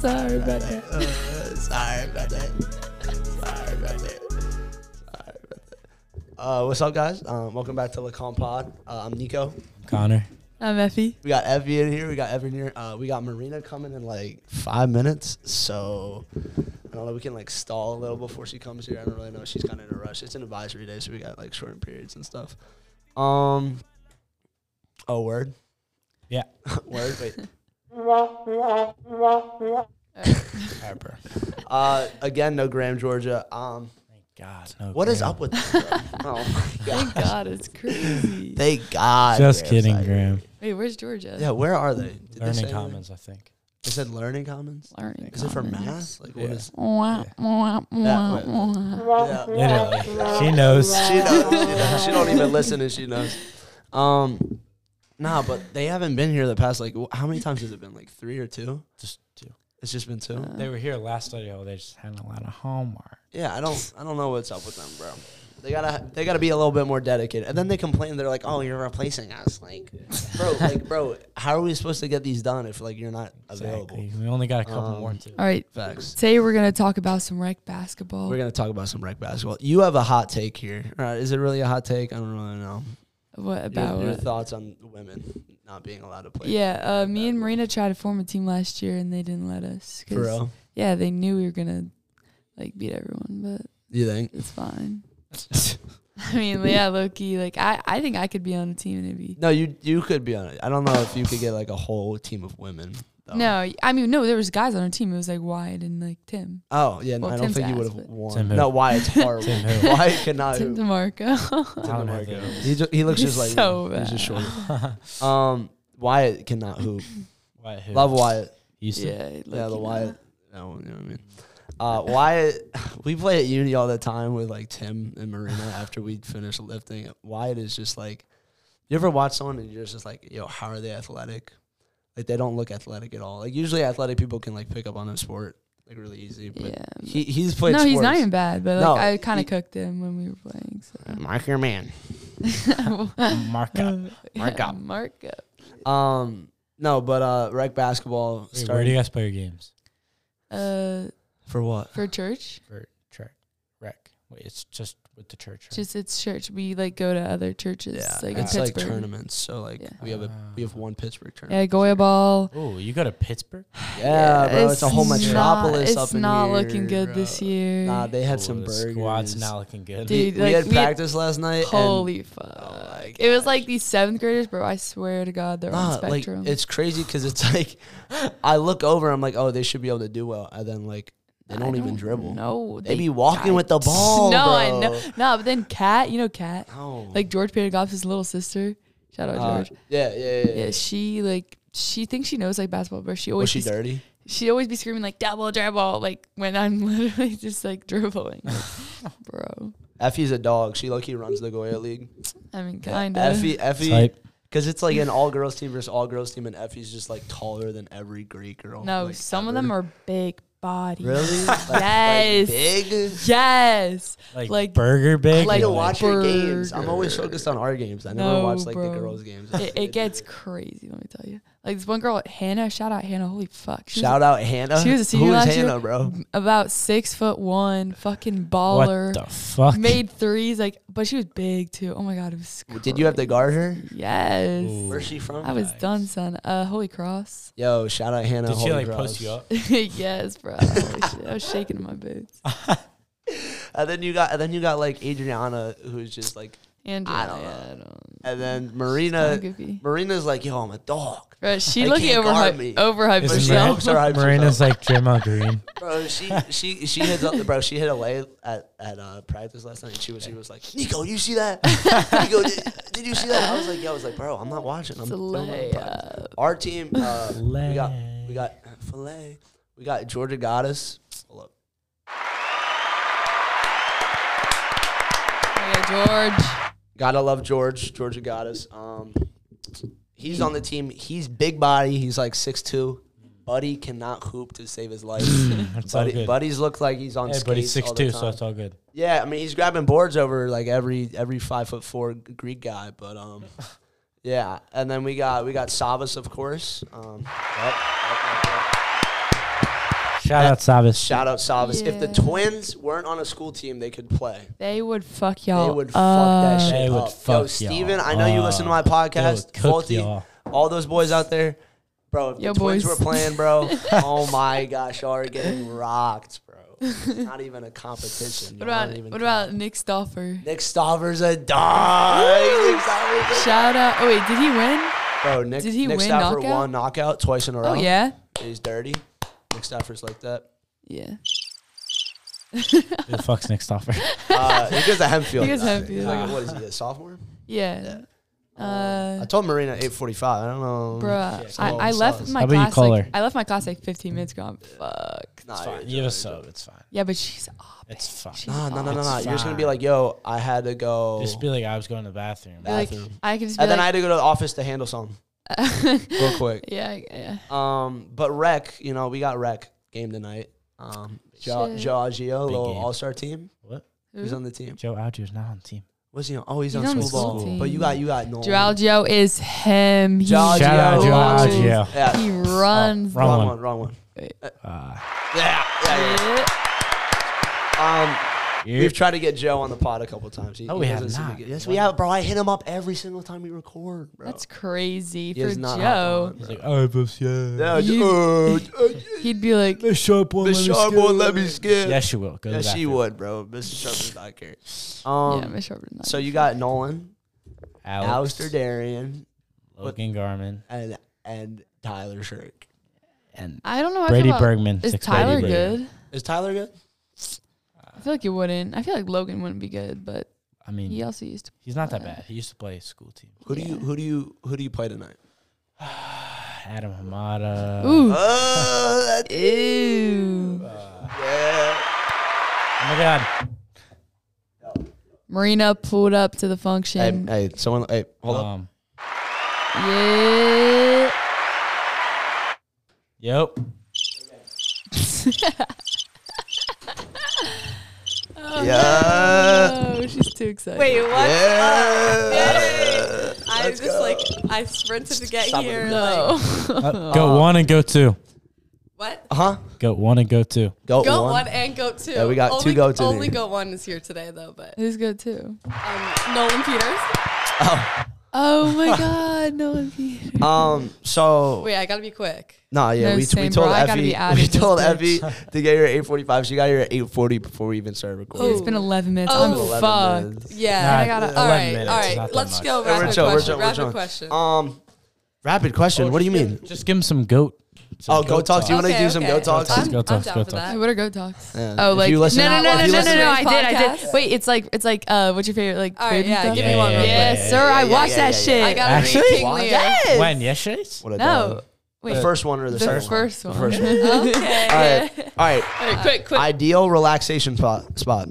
Sorry about that. Uh, sorry about that. Sorry about that. Sorry about that. Uh, what's up, guys? Um, welcome back to Lacan Pod. Uh, I'm Nico. Connor. I'm Effie. We got Evie in here. We got Evan here. Uh, we got Marina coming in like five minutes. So I don't know. We can like stall a little before she comes here. I don't really know. She's kind of in a rush. It's an advisory day, so we got like shortened periods and stuff. Um. Oh, word. Yeah. word. Wait. Harper. Uh, again, no Graham, Georgia. Um, Thank God. No what is Graham. up with? That, bro? oh my god. Thank God, it's crazy. Thank God. Just Graham's kidding, not here. Graham. Wait, where's Georgia? Yeah, where are they? Did they say Learning anything? Commons, I think. They said learning commons. Learning Is it for comments. math? Like what Yeah. is? Wah, wah, wah, That- wah. Yeah. Literally. She knows. She knows. She, knows. she don't even listen, and she knows. Um, nah, but they haven't been here the past like wh- how many times has it been? Like three or two? Just two. It's just been two. They were here last study hall. They just had a lot of homework. yeah, I don't, I don't know what's up with them, bro. They gotta, they gotta be a little bit more dedicated. And then they complain. They're like, "Oh, you're replacing us." Like, bro, like, bro, how are we supposed to get these done if like you're not available? Exactly. We only got a couple Um, more to. All right. Facts. Today we're gonna talk about some rec basketball. We're gonna talk about some rec basketball. You have a hot take here. All right, is it really a hot take? I don't really know. what Your- about? your, what? thoughts on women not being allowed to play? yeah, uh, me and basketball. Marina tried to form a team last year and they didn't let us. 'cause, for real. Yeah, they knew we were gonna like beat everyone, but You think? it's fine. I mean, yeah, low key. Like I, I think I could be on a team and it'd be. No, you you could be on it. I don't know if you could get like a whole team of women. Though. No, I mean no. There was guys on our team. It was like Wide and like Tim, Oh yeah, no, Well, I don't Tim's think you would ass, have but- won. Tim who? no, why it's horrible. Tim who? Why it cannot? Tim Tim DeMarco. I don't know DeMarco. who. He ju- he looks He's just like so me. He's just bad. short. Um, Wyatt cannot hoop. Wyatt who? Love Wyatt. Houston. yeah, yeah, low-key the not. Wyatt. No, you know what I mean. Uh, Wyatt, we play at uni all the time with like Tim and Marina after we finish lifting. Wyatt is just like, you ever watch someone and you're just like, yo, how are they athletic? Like they don't look athletic at all. Like usually athletic people can like pick up on a sport like really easy, but Yeah. he he's No, played. he's not sports. even bad, but like No, I kind he- of cooked him when we were playing. Mark your man. So. Mark up. Mark up. Mark up. Um, no, but uh, rec basketball Wait, where do started you guys play your games? Uh, for what? for church, For church. Rec. Wait, it's just with the church. Right? just it's church. We like go to other churches, yeah, like it's in like Pittsburgh. tournaments. So like Yeah. we have a we Ah. have one Pittsburgh tournament. yeah, Goya ball. Oh, you go to Pittsburgh? Yeah, bro, it's, a whole not- metropolis It's up in not here, looking good bro. this year. Nah, they had Ooh, some the burgers. Squad's not looking good. Dude, we, we like, had we had- practice last night. and- oh Holy fuck! my it was like gosh. these seventh graders, bro. I swear to God, they're Nah, on like spectrum. it's crazy because it's like I look over, I'm like, oh, they should be able to do well, and then like they I don't, even dribble. No, They be walking with the ball, No, I know. bro. No, but then Kat, you know Kat, No. like George Panagoff's little sister. Shout out Uh, George. yeah, yeah, yeah. Yeah, she like she thinks she knows like basketball, but she Was always she be sc- dirty? she'd always be screaming like double dribble, like when I'm literally just like dribbling, Like, bro. Effie's a dog. She lucky runs the Goya League. I mean, Yeah, kind of. Effie, Effie, Type. because it's like an all girls team versus all girls team, and Effie's just like taller than every Greek girl. no, like, some of ever. them are big bodies. oh Really? Like- like Yes. big. Yes. Like, Like- Burger I Big? like need to or watch your games. I'm always burger. focused on our games. I never No, watch like bro. the girls' games. it, it gets crazy. Let me tell you. Like this one girl, Hannah. Shout out Hannah. Holy fuck. She was Shout out Hannah. she was a senior Who is last year. Hannah, bro? about six foot one, fucking What baller. the fuck? Made threes, like, but she was big too. Oh my god, it was. Did you have to guard her? crazy. Yes. Ooh. Where's she from? I was done, son. Uh, Holy Cross. Yo, shout out Hannah. Did she Holy like Cross. post you up? yes, bro. Holy shit, I was shaking in my boots. And then you got, and then you got like Adriana, who's just like, Andrew, I don't yeah, know. I don't. and then I'm Marina. goofy. Marina's like, yo, I'm a dog, Bro, she I looking can't guard me. overhyped, overhyped Isn't Is she Mar- herself. helps her hype Marina's like Draymond Green. bro. She she she hits up, bro. She hit a lay at at uh, practice last night, and she was she was like, Nico, you see that? Nico, did, did you see that? I was like, yo, I was like, bro, I'm not watching. I'm, It's a I'm on lay practice." up. Our team, uh, we got we Filet. got filet. We got Georgia Goddess. Hold up. Oh, Yeah, George. Gotta love George, Georgia Goddess. Um, he's on the team. He's big body. He's like 6'2". Buddy cannot hoop to save his life. That's all Buddy, good. Buddy's looked like he's on Hey, skates but he's all the 6'2", so time. it's all good. yeah, I mean he's grabbing boards over like every every five foot four Greek guy, but um, yeah. And then we got we got Savas, of course. Um, yep, yep, yep, yep. Shout out Savas. Shout out Savas. If the Yeah. twins weren't on a school team, they could play. They would fuck y'all. They would fuck up. that shit They would up. fuck Yo, y'all Steven, I know you listen to my up. podcast. They would cook Faulty, y'all. all those boys out there, bro. If Yo, the twins boys. were playing, bro. oh my gosh, y'all are getting rocked, bro. It's not even a competition. What Y'all aren't about even what about Nick Stoffer? Nick Stauber's a dog? Nick Stauber's a- Shout out. Oh wait, did he win? bro, Nick, Did he Nick win Stauffer knockout? won knockout twice in a row. Oh yeah, He's dirty. Nick Stauffer's like that. yeah. Who the fuck's Nick Stoffer? Uh, he goes to Hempfield. He goes to I think. He's Hempfield. like, what is he, a sophomore? Yeah. I Uh, told Marina 845. I don't know. bruh, She's I, all I left sus. my How about you class. call like, her? I left my class like 15 minutes ago. I'm fucked. Nah, It's you're joking, fine. You have you're a joking. sub. It's fine. Yeah, but she's up. It's fine. Nah, no, no, no, It's no. You're just gonna be fine. like, yo, I had to go, Just be like, I was going to the bathroom. Nah. Like bathroom. I can just be and then I like, had to go to the office to handle something real quick. yeah, yeah. Um, but rec, you know, we got rec game tonight. Um, Joe Shit. Giorgio, Big little game. All Star team. What? Who's Who? on the team? Joe Algier's not on the team. Was he on? Oh, he's, He's on, on school the ball. school team. But you got you got no. Geralgio is him. He Geralgio. Shout out Joe runs. Algier. Yeah. He runs. Wrong Wrong one. one. Wrong one. Uh, Yeah. Yeah. Yeah. yeah. Um, yeah. We've tried to get Joe on the pod a couple times. He, No, he we doesn't have seem to not. get- yes, we have, bro. I hit him up every single time we record, bro. That's crazy He for has not hopped Joe. on, He's bro. like, oh, but yeah. Yeah, You- Joe, uh, uh, He'd be like, The sharp one. Miss Sharp won't let me skip. Yes, you will. Go to Yeah, the she bathroom. would, bro. Miss Sharp does not care. Um, yeah, Miss Sharp. so you got Nolan, Alex, Alistair Darian, Logan Garmin, and and Tyler Shirk. and I don't know. how I feel Brady about- Bergman. Is Six Tyler Brady Bergman. good? Is Tyler good? I feel like he wouldn't. I feel like Logan wouldn't be good, but I mean, he also used to. he's not that uh, bad. He used to play school team. Who do you Yeah. who do you who do you play tonight? Adam Hamada. Ooh. Oh, that's Ew. yeah. Oh my God. Marina pulled up to the Hey, function. hey, someone, hey, hold up. Um, Yeah. yep. Oh, Yeah. no, she's too excited. Wait, what? Yeah. I Let's was just go. like, I sprinted to get Stop it. here. Like, no. Oh. Uh, go one and go two. what? Uh huh. Go one and go two. Go, Goat one. one. and goat two. Yeah, we got two only, goats in Only here. goat one is here today, though. But Who's good too? um, Nolan Peters. Oh my God, Nolan Peters. Um. So Wait, I gotta be quick. No, yeah, No, we, we same, told bro. I gotta Effie be out of we this told bitch. Effie to get here at eight forty five. She got here at eight forty before we even started recording. It's been 11 minutes. Oh. It's been I'm 11 fucked. minutes. Yeah. I gotta- all 11 right, minutes, all not right. that Let's much. go. Hey, we're Rapid chill, we're question. chill, we're rapid chill. question. Um, rapid question. what do you mean? Just give him some goat. some Oh, go talk to you. wanna do some goat talks? I'm, Go I'm talks, down go for talks. Hey, that. what are go talks? Yeah. Oh, If like you listen- no, no, no, no, If you no, no, listen- no, I did, I Podcast. did. Wait, it's like it's like uh, what's your favorite like? All right, food yeah, and give stuff? me one real quick. Yes, Yeah, sir. yeah, I yeah, watched yeah, that yeah, shit. yeah. I gotta read Actually? King Lear. Yes. When? Yesterday's? What a No. dog. Wait. the first one or the, the second first one? one. The first one. Okay. All right, all right. quick, quick. Ideal relaxation spot. Spot.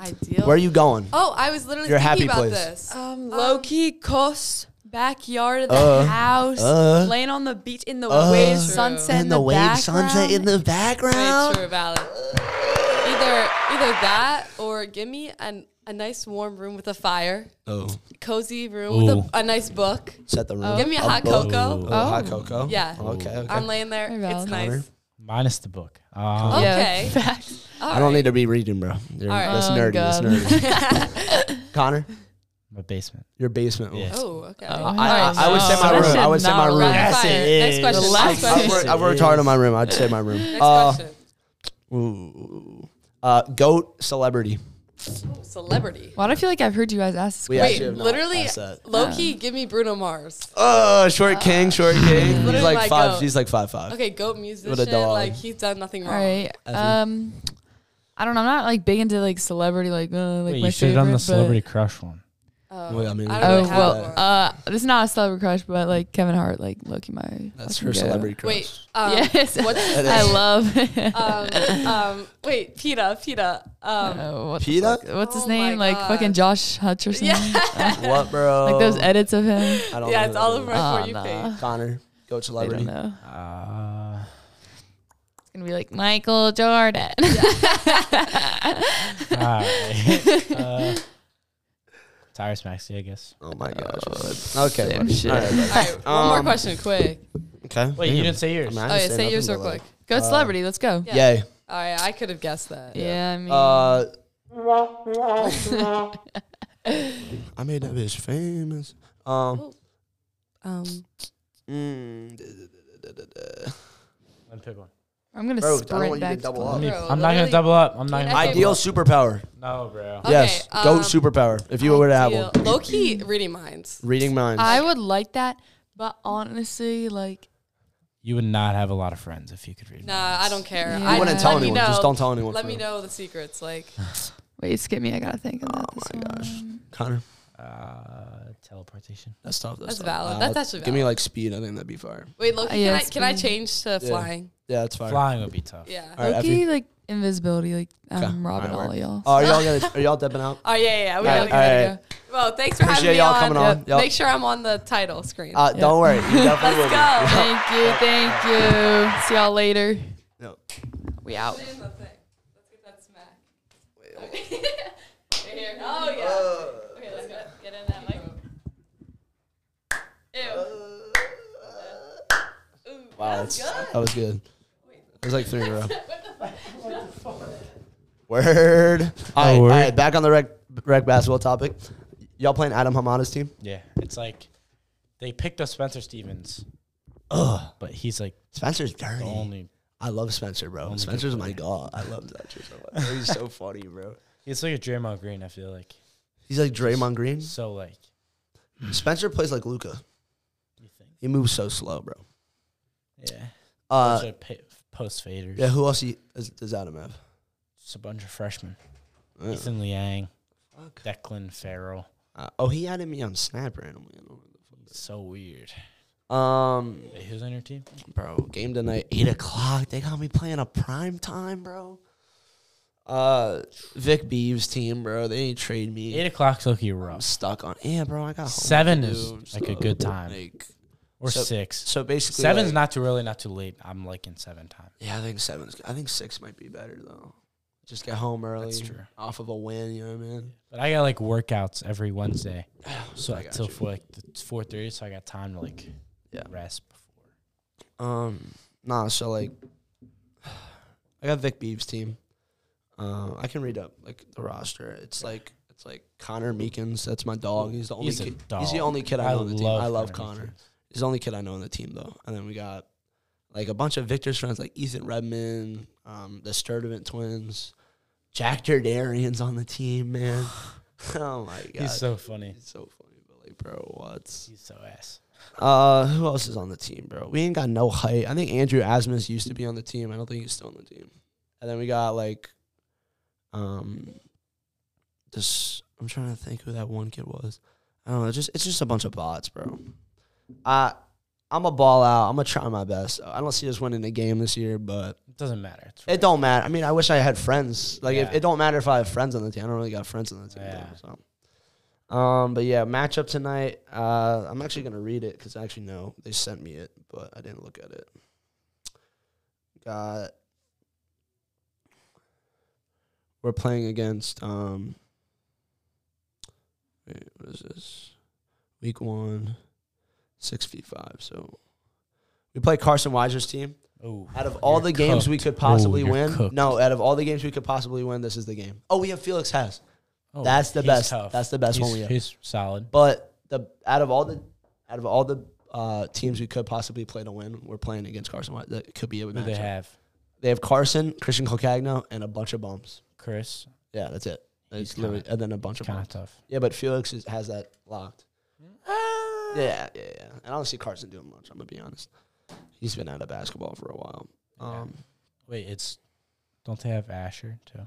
Ideal. Where are you going? Oh, I was literally Your thinking happy about place. this. Um, low key coast, backyard of the Uh, house, uh, laying on the beach in the uh, waves, True. sunset and the, wave sunset in the Very Oh. background. true, valid. Either either that or give me an, a nice warm room with a fire, Oh, cozy room with Ooh. a, a nice book. set the room. Oh. Give me a hot book. cocoa. Oh, Oh. hot cocoa. Yeah. Okay. okay. I'm laying there. Very It's valid. nice. Minus the book. Um, Yeah. Okay. Okay. Facts. I don't need to be reading, bro. You're, All right. That's Oh, nerdy. That's God. nerdy. Connor, My basement. your basement. Yeah. Oh, okay. Oh, All Uh, I- right. I would say my That room. I shit would say not my room. right. Rapid Yes, fire. it Next is. question. Relax. I've Next question. worked, I've worked hard on my room. I'd say my room. Next Uh, question. ooh, uh, goat celebrity. uh, Oh, Celebrity. Why do I feel like I've heard you guys ask this We question? Wait, actually have not literally, asked that. low key, give me Bruno Mars. Oh, short king, short king. He's Literally like my five. goat. He's like five five. Okay, goat musician. dog. Like he's done nothing All wrong. right. Um, I don't know. I'm not like big into like celebrity, like uh, like Wait, my you should favorite. have done the but- celebrity crush one. Oh, Well, I mean, I we Oh don't really don't have have well, one. uh, this is not a celebrity crush, but like Kevin Hart, like Loki, my That's fucking her go. celebrity crush. Wait. Um, Yes. What's his That I is- love. um, um, wait, Peta, Peta. Um, Oh, what the Peta? fuck- What's his Oh my name? Like God. fucking Josh Hutcherson. What, bro? Uh, Like those edits of him. I don't yeah, know it's that all is. over Oh, my for you nah. page. Connor, goat I don't celebrity. know. Uh, It's gonna be like Michael Jordan. all right. uh, Tyrus Maxey, I guess. Oh my gosh. Okay. Same buddy. shit. All right, buddy. All right, one more Um, question, quick. Okay. Wait, you didn't say yours. I mean, I Oh yeah, didn't say yours nothing, real but, like, quick. Go celebrity. Let's go. Yeah. Yay. All right, I could have guessed that. Yeah, I mean, Uh, I made that bitch famous. Um, Um, mm, da- da- da- da- da- da. Let me pick one. I'm gonna Bro, I don't sprint want you to back. double the- up. Let me- Bro, I'm not gonna literally, double up. I'm not can gonna. I Ideal superpower. No, bro. Okay, yes, goat um, superpower. If you were to have deal. one, Low key reading minds. reading minds. I would like that, but honestly, like You would not have a lot of friends if you could read. Nah, I don't care. You I I wouldn't Yeah. tell let me anyone. Know, Just don't tell anyone. Let for me real. know the secrets. Like, wait, skip me. I gotta think about this. Oh my gosh. Connor, Uh, teleportation. that's tough. that's tough. valid. Uh, That's actually Give me valid. like speed. I think that'd be fire. wait, Loki, Uh, yeah, can I can I speed. change to Yeah. flying? Yeah, that's fire. Flying would be tough. Yeah. All right, Loki, Effie. like invisibility, like Okay. um, robbing Alright, all y'all. word. Oh, are y'all gonna, are y'all dipping out? Oh yeah, yeah, yeah. We All gotta right, go. all we right. gotta go. Well, thanks for Appreciate having me y'all on. coming on. Yep. Make sure I'm on the title screen. Uh, Don't worry. You definitely will Let's be. go. thank you, thank you. See y'all later. No. We out. Let's get that smack. Right here. Oh yeah. Okay, let's go. Get in that mic. Ew. Ooh, Wow, that that's, was good. Oh, that was good. It was like three in a row. Word. All right, all Oh, word. right, back on the rec, rec basketball topic. Y'all playing Adam Hamada's team? Yeah, it's like they picked up Spencer Stevens, Ugh. but he's like Spencer's the dirty. only. I love Spencer, bro. Only Spencer's good my player. god. I love Spencer so much. He's so funny, bro. He's like a Draymond Green. I feel like He's like Draymond Green. so like Spencer plays like Luca. you think. He moves so slow, bro. Yeah, Uh, Those are pa- post faders. yeah. Who else he, is, does Adam have? It's a bunch of freshmen. Uh, Ethan Liang, fuck. Declan Farrell. Uh, oh, he added me on Snap randomly. I don't know who the So weird. fuck- Um, Wait, who's on your team? bro, game tonight, eight o'clock. They got me playing a prime time, bro. Uh, Vic Beeves' team, bro. They ain't trade me. Eight o'clock's looking I'm rough, stuck on. Yeah, bro. I got homework to Seven is, do and like, a stuff. good time. Like, or So- six. so basically, Seven's like- not too early, not too late. I'm liking seven time. Yeah, I think seven's. I think six might be better though. Just get home early. That's true. Off of a win, you know what I mean? But I got like workouts every Wednesday, so I got until you. for like four thirty. So I got time to like Yeah. rest before. Um, nah. So like, I got Vic Beeves' team. Um, I can read up like the roster. It's like it's like Connor Meekins. That's my dog. He's the only He's a kid. dog. He's the only kid I, know on the team. I love Connor. Jenkins. He's the only kid I know on the team though. And then we got like a bunch of Victor's friends, like Ethan Redmond, um, the Sturdivant twins, Jack Dardarian's on the team, man. oh my god, He's so funny. It's so funny, but like, bro, what's He's so ass. uh, who else is on the team, bro? We ain't got no height. I think Andrew Asmus used to be on the team. I don't think he's still on the team. And then we got like, um, this. I'm trying to think who that one kid was. I don't know. It's just it's just a bunch of bots, bro. I I'm a ball out. I'm gonna try my best. I don't see us winning a game this year, but It doesn't matter. It's it don't matter. I mean, I wish I had friends. Like, if, Yeah. it don't matter if I have friends on the team. I don't really got friends on the team. Yeah. though, so, um, but yeah, matchup tonight. Uh, I'm actually gonna read it because I actually know they sent me it, but I didn't look at it. Got. We're playing against. Um, wait, what is this? Week one, six v five. So, we play Carson Weiser's team. Oh, Out of all you're the games we cooked. could possibly Oh, you're win, cooked. no. Out of all the games we could possibly win, this is the game. Oh, we have Felix Hess. Oh, That's the he's best. tough. That's the best he's, one we have. He's solid. But the out of all the out of all the uh, teams we could possibly play to win, we're playing against Carson. White. That could be a Who matchup. they have? They have Carson, Christian Colcagno, and a bunch of bums. Chris. Yeah, that's it. It's He's literally, kinda- and then a bunch of Kind bums. of tough. Yeah, but Felix is, has that locked. Yeah, yeah, yeah. And I don't see Carson doing much. I'm gonna be honest. He's been out of basketball for a while. Um, Wait, it's don't they have Asher too?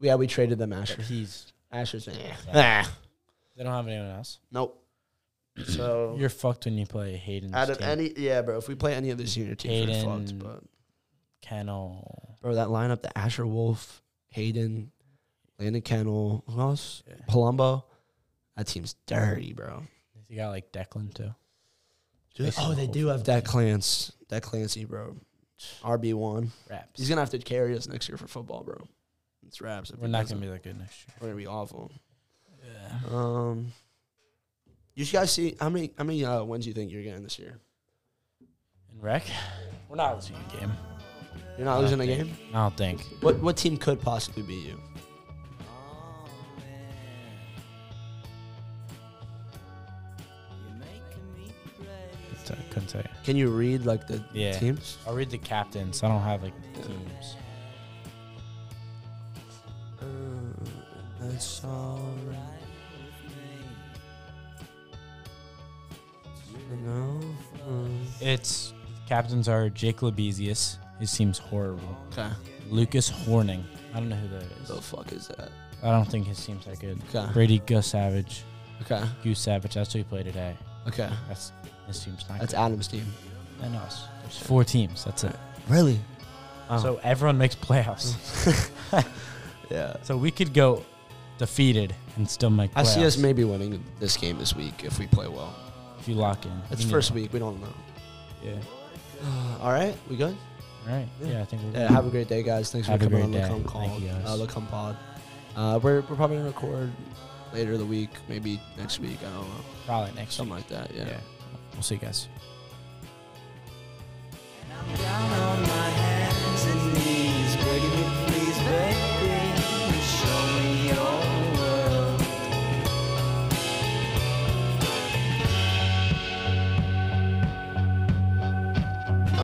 yeah, we traded them But Asher. he's Asher's been. Yeah. they don't have anyone else. Nope. So You're fucked when you play Hayden. out of any, yeah, bro. If we play any of this junior team, we're fucked. Hayden. But Kennel, bro, that lineup: the Asher Wolf, Hayden, Landon Kennel, who else? Palumbo. That team's dirty, bro. you got like Declan too. Jason oh, they do have Holfield. that Clance, that Clancy, bro. RB one. Raps. He's gonna have to carry us next year for football, bro. It's raps. if We're he not doesn't. gonna be that good next year. We're gonna be awful. Yeah. Um, you guys see how many how many uh, wins you think you're getting this year? And Rec, we're not losing a game. You're not I don't losing a think- game. I don't think. What what team could possibly beat you? It's- I couldn't tell you. Can you read like the Yeah. teams? I'll read the captains. I don't have like teams. Uh, that's all right. No. It's captains are Jake Labesius. His seems horrible. Okay. Lucas Horning. I don't know who that is. The fuck is that? I don't think his team's that good. Okay. Brady Gus Savage. Okay. Goose Savage. That's who he played today. Okay. That's his team's not That's good. Adam's team. And us. There's four teams. That's it. Really? Oh. So everyone makes playoffs. Yeah. so we could go defeated and still make playoffs. I see us maybe winning this game this week if we play well. if you lock in. It's You know. first week. We don't know. Yeah. All right. We good? All right. Yeah. Yeah, I think we're Yeah, Uh, have a great day, guys. Thanks Have for a coming on great the Come day. Call. Thank you, guys. Uh, the Come Pod. Uh, we're, we're probably going to record later in the week, maybe next week. I don't know. probably next week. Something like that. yeah. We'll see you guys. Yeah.